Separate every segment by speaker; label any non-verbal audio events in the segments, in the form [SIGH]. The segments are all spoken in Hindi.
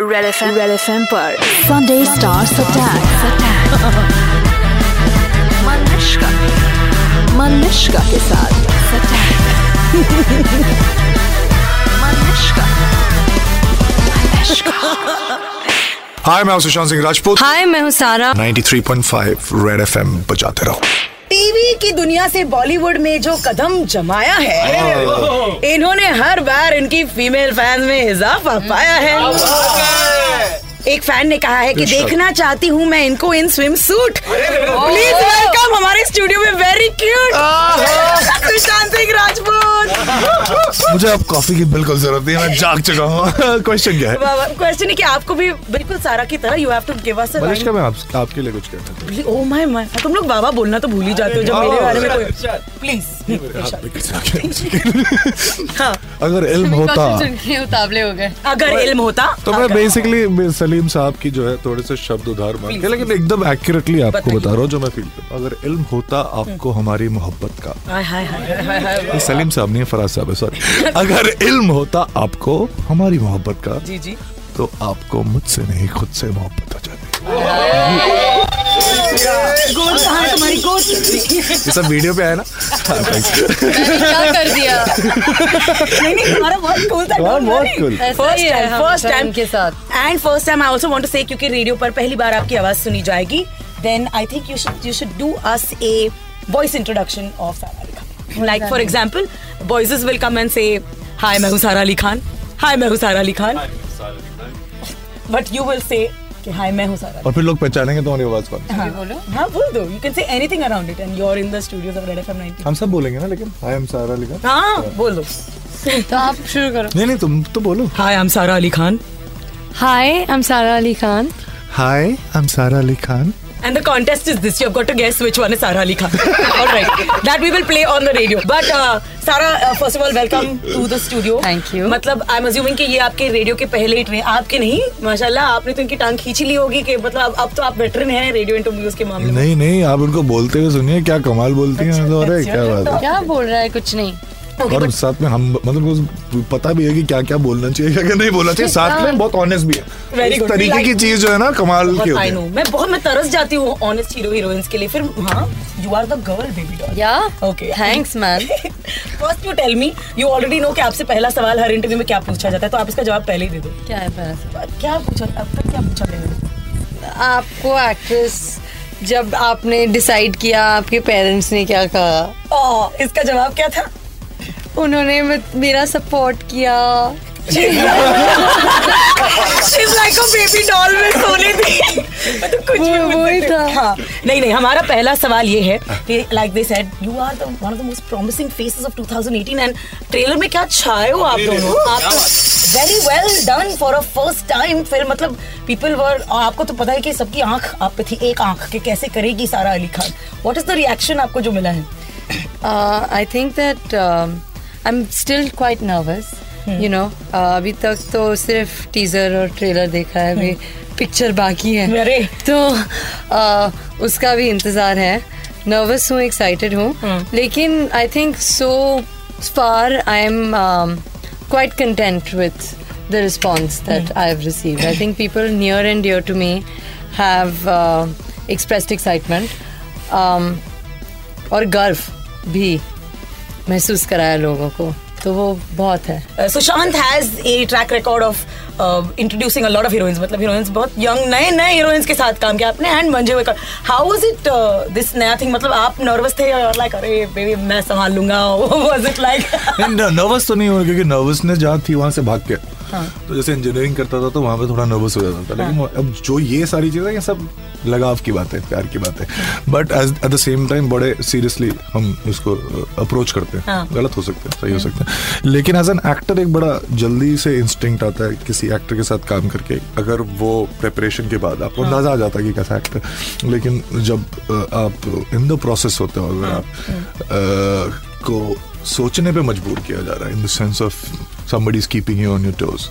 Speaker 1: Red F M Red F M पर संडे स्टार्स अटैक मनुष्का मनुष्का के साथ अटैक मनुष्का
Speaker 2: हाय मैं हूं सुशांत सिंह राजपूत
Speaker 3: हाय मैं हूँ सारा
Speaker 2: 93.5 रेड एफएम बजाते रहो
Speaker 4: टीवी की दुनिया से बॉलीवुड में जो कदम जमाया है इन्होंने हर बार इनकी फीमेल फैन में इजाफा पाया है एक फैन ने कहा है कि देखना चाहती हूँ मैं इनको in swimsuit please welcome हमारे स्टूडियो में वेरी क्यूट सुशांत सिंह राजपूत
Speaker 2: मुझे अब कॉफी की बिल्कुल जरूरत नहीं है, मैं जाग चुका [LAUGHS] हूँ क्वेश्चन क्या है
Speaker 4: क्वेश्चन है कि आपको भी बिल्कुल सारा की तरह you have to give us
Speaker 2: मलिश का मैं आप, आपके लिए कुछ कहता [LAUGHS]
Speaker 4: ओ माय माय oh तुम लोग बाबा बोलना तो भूल ही जाते हो जब मेरे बारे में कोई प्लीज
Speaker 2: था
Speaker 4: हाँ
Speaker 2: अगर इल्म होता
Speaker 3: तो के उतावले हो गए
Speaker 4: अगर इल्म होता
Speaker 2: तो मैं
Speaker 4: अगर-
Speaker 2: बेसिकली सलीम साहब की जो है थोड़े से शब्द उधार मार के लेकिन एकदम एक्यूरेटली आपको
Speaker 4: बताइए।
Speaker 2: बता रहा हूँ जो मैं फील कर अगर इल्म होता आपको हमारी मोहब्बत का
Speaker 4: हाय हाय हाय
Speaker 2: ये सलीम साहब नहीं है, फराज साहब है सॉरी अगर इल्म होता आपको हमारी मोहब्बत का
Speaker 4: जी जी
Speaker 2: तो आपको मुझसे नहीं खुद से मोहब्बत हो जाती
Speaker 4: गोद कहाँ है तुम्हारी गोद
Speaker 2: ये सब वीडियो पे है ना हाँ, thanks.
Speaker 3: क्या कर दिया
Speaker 4: नहीं नहीं तुम्हारा बहुत cool था
Speaker 2: हाँ, बहुत cool.
Speaker 3: ऐसा ही है हम
Speaker 4: फर्स्ट टाइम
Speaker 3: time के साथ
Speaker 4: and first time I also want to say क्योंकि रेडियो पर पहली बार आपकी आवाज सुनी जाएगी then I think you should you should do us a voice introduction of Sara Ali Khan like for example boys will come and say hi मैं हूँ सारा अली खान हाय मैं हूँ Sara Ali Khan but you will say कि हाय मैं हूँ सारा अली
Speaker 2: और फिर लोग पहचानेंगे तुम्हारी आवाज कौन है।
Speaker 3: बोलो
Speaker 4: खान। हाँ बोल दो you can say anything around it and you are in the studios of Red FM 90
Speaker 2: हम सब बोलेंगे ना लेकिन आई एम सारा अली खान
Speaker 4: हाँ बोल दो
Speaker 3: तो आप शुरू करो
Speaker 2: नहीं नहीं तुम तो बोलो
Speaker 4: hi I am Sara Ali Khan
Speaker 3: hi I am Sara Ali Khan
Speaker 2: hi I am Sara Ali Khan
Speaker 4: And the contest is this. You've got to guess which one is Sara Ali Khan. [LAUGHS] All right. That we will play on the radio. But uh, Sara, uh, first of all, welcome to the studio.
Speaker 3: Thank you.
Speaker 4: मतलब I'm assuming कि ये आपके रेडियो के पहले ही ट्रेन आपके नहीं माशाल्लाह आपने तो इनकी टांग खींची ली होगी कि मतलब अब, अब तो आप वेटरन हैं रेडियो इंटरव्यूज के मामले में
Speaker 2: नहीं नहीं आप उनको बोलते हुए सुनिए क्या कमाल बोलती हैं तो अरे क्या बात
Speaker 3: क्या बोल रहा है कुछ नहीं
Speaker 2: है और साथ में हम मतलब उस- पता भी है कि क्या क्या बोलना चाहिए क्या क्या नहीं बोलना चाहिए साथ में बहुत ऑनेस्ट भी है
Speaker 4: हाँ। Very
Speaker 2: इस
Speaker 4: good.
Speaker 2: तरीके की
Speaker 4: Like-
Speaker 2: चीज जो है ना कमाल की
Speaker 4: बहुत
Speaker 2: होती
Speaker 4: आई
Speaker 2: है
Speaker 4: नो मैं बहुत मैं तरस जाती हूँ ऑनेस्ट हीरो हीरोइंस के लिए फिर हाँ you are the girl baby doll
Speaker 3: या
Speaker 4: Okay.
Speaker 3: Thanks man
Speaker 4: [LAUGHS] first you tell me you already know कि आपसे पहला सवाल हर इंटरव्यू में क्या पूछा जाता है तो आप इसका जवाब पहले ही दे दो
Speaker 3: क्या है पैसा
Speaker 4: क्या पूछा अब तक क्या पूछा गया है?
Speaker 3: आपको एक्ट्रेस जब आपने डिसाइड किया आपके पेरेंट्स ने क्या कहा
Speaker 4: ओह, इसका जवाब क्या था
Speaker 3: उन्होंने मे- मेरा सपोर्ट किया
Speaker 4: She's like a baby doll में सोने दी मैं तो कुछ भी
Speaker 3: वो-
Speaker 4: पूछ
Speaker 3: वो ही
Speaker 4: सकती हूँ।
Speaker 3: था।
Speaker 4: हाँ। नहीं नहीं हमारा पहला सवाल ये है कि like they said you are the one of the most promising faces of 2018 and trailer में क्या छाए हो आप दोनों आप very well done for a first time फिर मतलब पीपल वर आपको तो पता है कि सबकी आंख आप पे थी एक आंख कि कैसे करेगी Sara Ali Khan what is the reaction आपको जो मिला है
Speaker 3: I think that I am still quite nervous you know अभी तक तो सिर्फ टीजर और ट्रेलर देखा है अभी पिक्चर बाकी है
Speaker 4: अरे।
Speaker 3: तो uh, उसका भी इंतज़ार है नर्वस हूँ एक्साइटेड हूँ लेकिन I think so far I am quite content with the response that I have received I think people near and dear to me have expressed excitement और गर्व भी महसूस कराया लोगों को तो वो बहुत है
Speaker 4: Uh, Sushant has a track record of introducing a lot of heroines मतलब हीरोइंस बहुत यंग नए नए हीरोइंस के साथ काम किया आपने एंड मंजे हुए हाउ इज इट दिस नया थिंग मतलब आप नर्वस थे और लाइक अरे बेबी मैं संभाल लूंगा [LAUGHS] वाज इट लाइक
Speaker 2: [LAUGHS] नर्वस तो नहीं हो रहा, क्योंकि नर्वसनेस जहाँ थी वहां से भाग के तो जैसे इंजीनियरिंग करता था तो वहां पे थोड़ा नर्वस हो जाता था लेकिन अब जो ये सारी चीजें ये सब लगाव की बात है प्यार की बात है but at the same time बड़े सीरियसली हम इसको अप्रोच करते हैं
Speaker 4: हाँ।
Speaker 2: गलत हो सकते हैं सही हो सकते हैं लेकिन एज एन एक्टर एक बड़ा जल्दी से इंस्टिंक्ट आता है किसी एक्टर के साथ काम करके अगर वो प्रेपरेशन के बाद आपको अंदाजा आ जाता है कि कैसा एक्टर लेकिन जब अ, आप इन द प्रोसेस होते हो अगर आप अ, को सोचने पे मजबूर किया जा रहा है in the sense of somebody is keeping you on your toes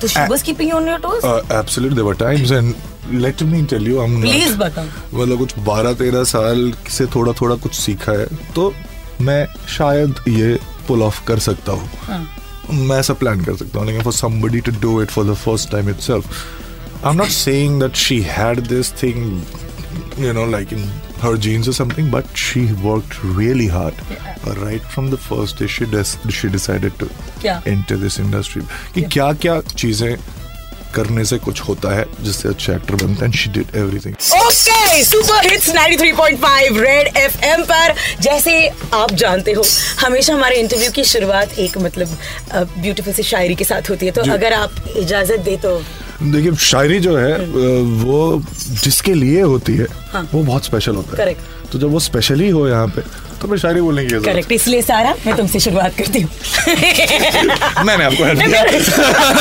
Speaker 4: तो she was keeping on your toes
Speaker 2: uh, absolutely there were times and let me tell you i'm not-
Speaker 4: please बताओ
Speaker 2: मतलब कुछ बारह तेरह साल से थोड़ा थोड़ा कुछ सीखा है तो मैं शायद ये पुल ऑफ कर सकता हूँ मैं ऐसा प्लान कर सकता हूँ लेकिन for somebody to do it for the first time itself I am not saying that she had this thing you know like in her genes or something but she worked really hard right from the first day she des- she decided to
Speaker 3: क्या?
Speaker 2: enter this industry कि क्या क्या चीजें करने से कुछ होता है जिससे अच्छा एक्टर बनता है and she did everything
Speaker 4: okay super hits 93.5 red FM पर जैसे आप जानते हो हमेशा हमारे इंटरव्यू की शुरुआत एक मतलब ब्यूटीफुल सी शायरी के साथ होती है तो
Speaker 2: जी।
Speaker 4: अगर आप इजाजत दे तो
Speaker 2: देखिए शायरी जो है
Speaker 4: हम्म।
Speaker 2: अ, वो जिसके लिए होती है वो बहुत स्पेशल होता है
Speaker 4: हाँ। Correct.
Speaker 2: तो जब वो स्पेशल ही हो यहाँ पे तो मैं शायरी बोलने की क्या जरूरत
Speaker 4: करेक्ट इसलिए सारा मैं तुमसे शुरुआत करती हूँ
Speaker 2: है? मैंने आपको
Speaker 4: [LAUGHS]
Speaker 2: help किया।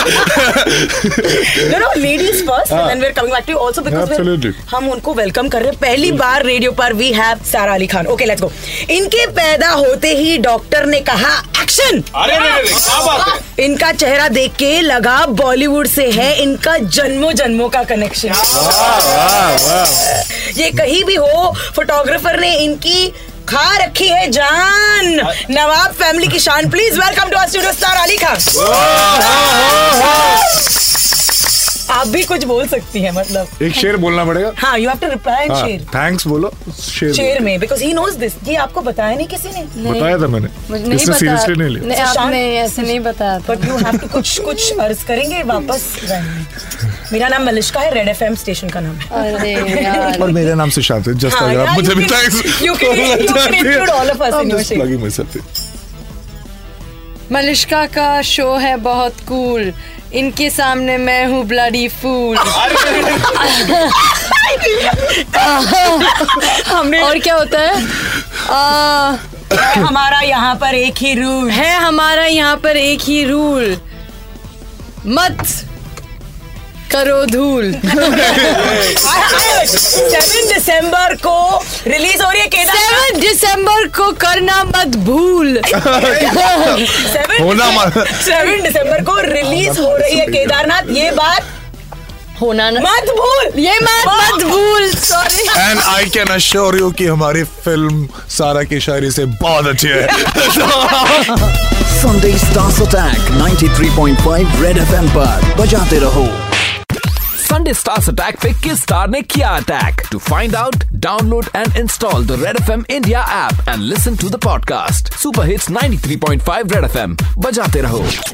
Speaker 4: No no ladies first and
Speaker 5: हाँ.
Speaker 4: Then we are coming back to also
Speaker 2: Absolutely.
Speaker 4: Because हम उनको वेलकम कर रहे हैं पहली
Speaker 5: Mm.
Speaker 4: बार रेडियो पर we have Sara Ali Khan okay let's go इनके पैदा होते ही डॉक्टर ने कहा एक्शन
Speaker 5: अरे रे रे रे,
Speaker 4: हाँ,
Speaker 5: क्या बात है
Speaker 4: इनका चेहरा देख के लगा बॉलीवुड से है इनका जन्मों जन्मों का कनेक्शन हाँ,
Speaker 2: हाँ,
Speaker 4: ये कहीं भी हो फोटोग्राफर ने इनकी खा रखी है जान नवाब फैमिली की शान please welcome to studio star Ali Khan
Speaker 2: हाँ,
Speaker 4: आप भी कुछ बोल सकती हैं मतलब
Speaker 2: एक शेर बोलना पड़ेगा
Speaker 4: हाँ you have to reply and share
Speaker 2: thanks बोलो शेर
Speaker 4: शेयर में बिकॉज ही नोज दिस ये आपको बताया नहीं किसी ने
Speaker 2: बोलो। बताया था मैंने
Speaker 3: मुझे नहीं
Speaker 2: इसने
Speaker 3: पता
Speaker 2: सीरियसली नहीं लिया
Speaker 3: नहीं, आपने ऐसे नहीं बताया था
Speaker 4: बट यू हैव टू कुछ कुछ अर्ज करेंगे वापस जाएंगे। मेरा नाम मलिश्का है रेड एफएम स्टेशन का नाम है
Speaker 3: अरे यार
Speaker 2: और मेरा नाम सुशांत है जस्ट
Speaker 4: हाँ,
Speaker 2: अगर
Speaker 4: yeah,
Speaker 2: आप मुझे
Speaker 4: you
Speaker 2: भी
Speaker 4: can-
Speaker 2: thanks
Speaker 4: you
Speaker 2: [LAUGHS]
Speaker 4: can- you can include all of us in your thing.
Speaker 3: Malishka का शो है बहुत कूल इनके सामने मैं हूँ ब्लडी फूल
Speaker 5: अरे रे रे रे,
Speaker 4: हमने
Speaker 3: और क्या होता है आ,
Speaker 4: हमारा यहाँ पर एक ही रूल है
Speaker 3: है हमारा यहाँ पर एक ही रूल मत करो धूल
Speaker 4: सेवन दिसंबर को रिलीज हो रही है केदार
Speaker 3: सेवन दिसंबर को करना मत भूल
Speaker 2: होना
Speaker 4: सेवन
Speaker 2: मत-
Speaker 4: सेवन दिसंबर को रिलीज हो रही है केदारनाथ ये बात
Speaker 3: होना ना
Speaker 4: मत भूल
Speaker 3: ये मत मत भूल sorry
Speaker 2: and I can assure you कि हमारी फिल्म सारा की शायरी से बहुत अच्छी है
Speaker 6: Sunday Stars Attack 93.5 Red FM पर बजाते रहो
Speaker 7: संडे स्टार्स अटैक पे किस स्टार ने किया attack to find out download and install the red F M India app and listen to the podcast super hits 93.5 red F M बजाते रहो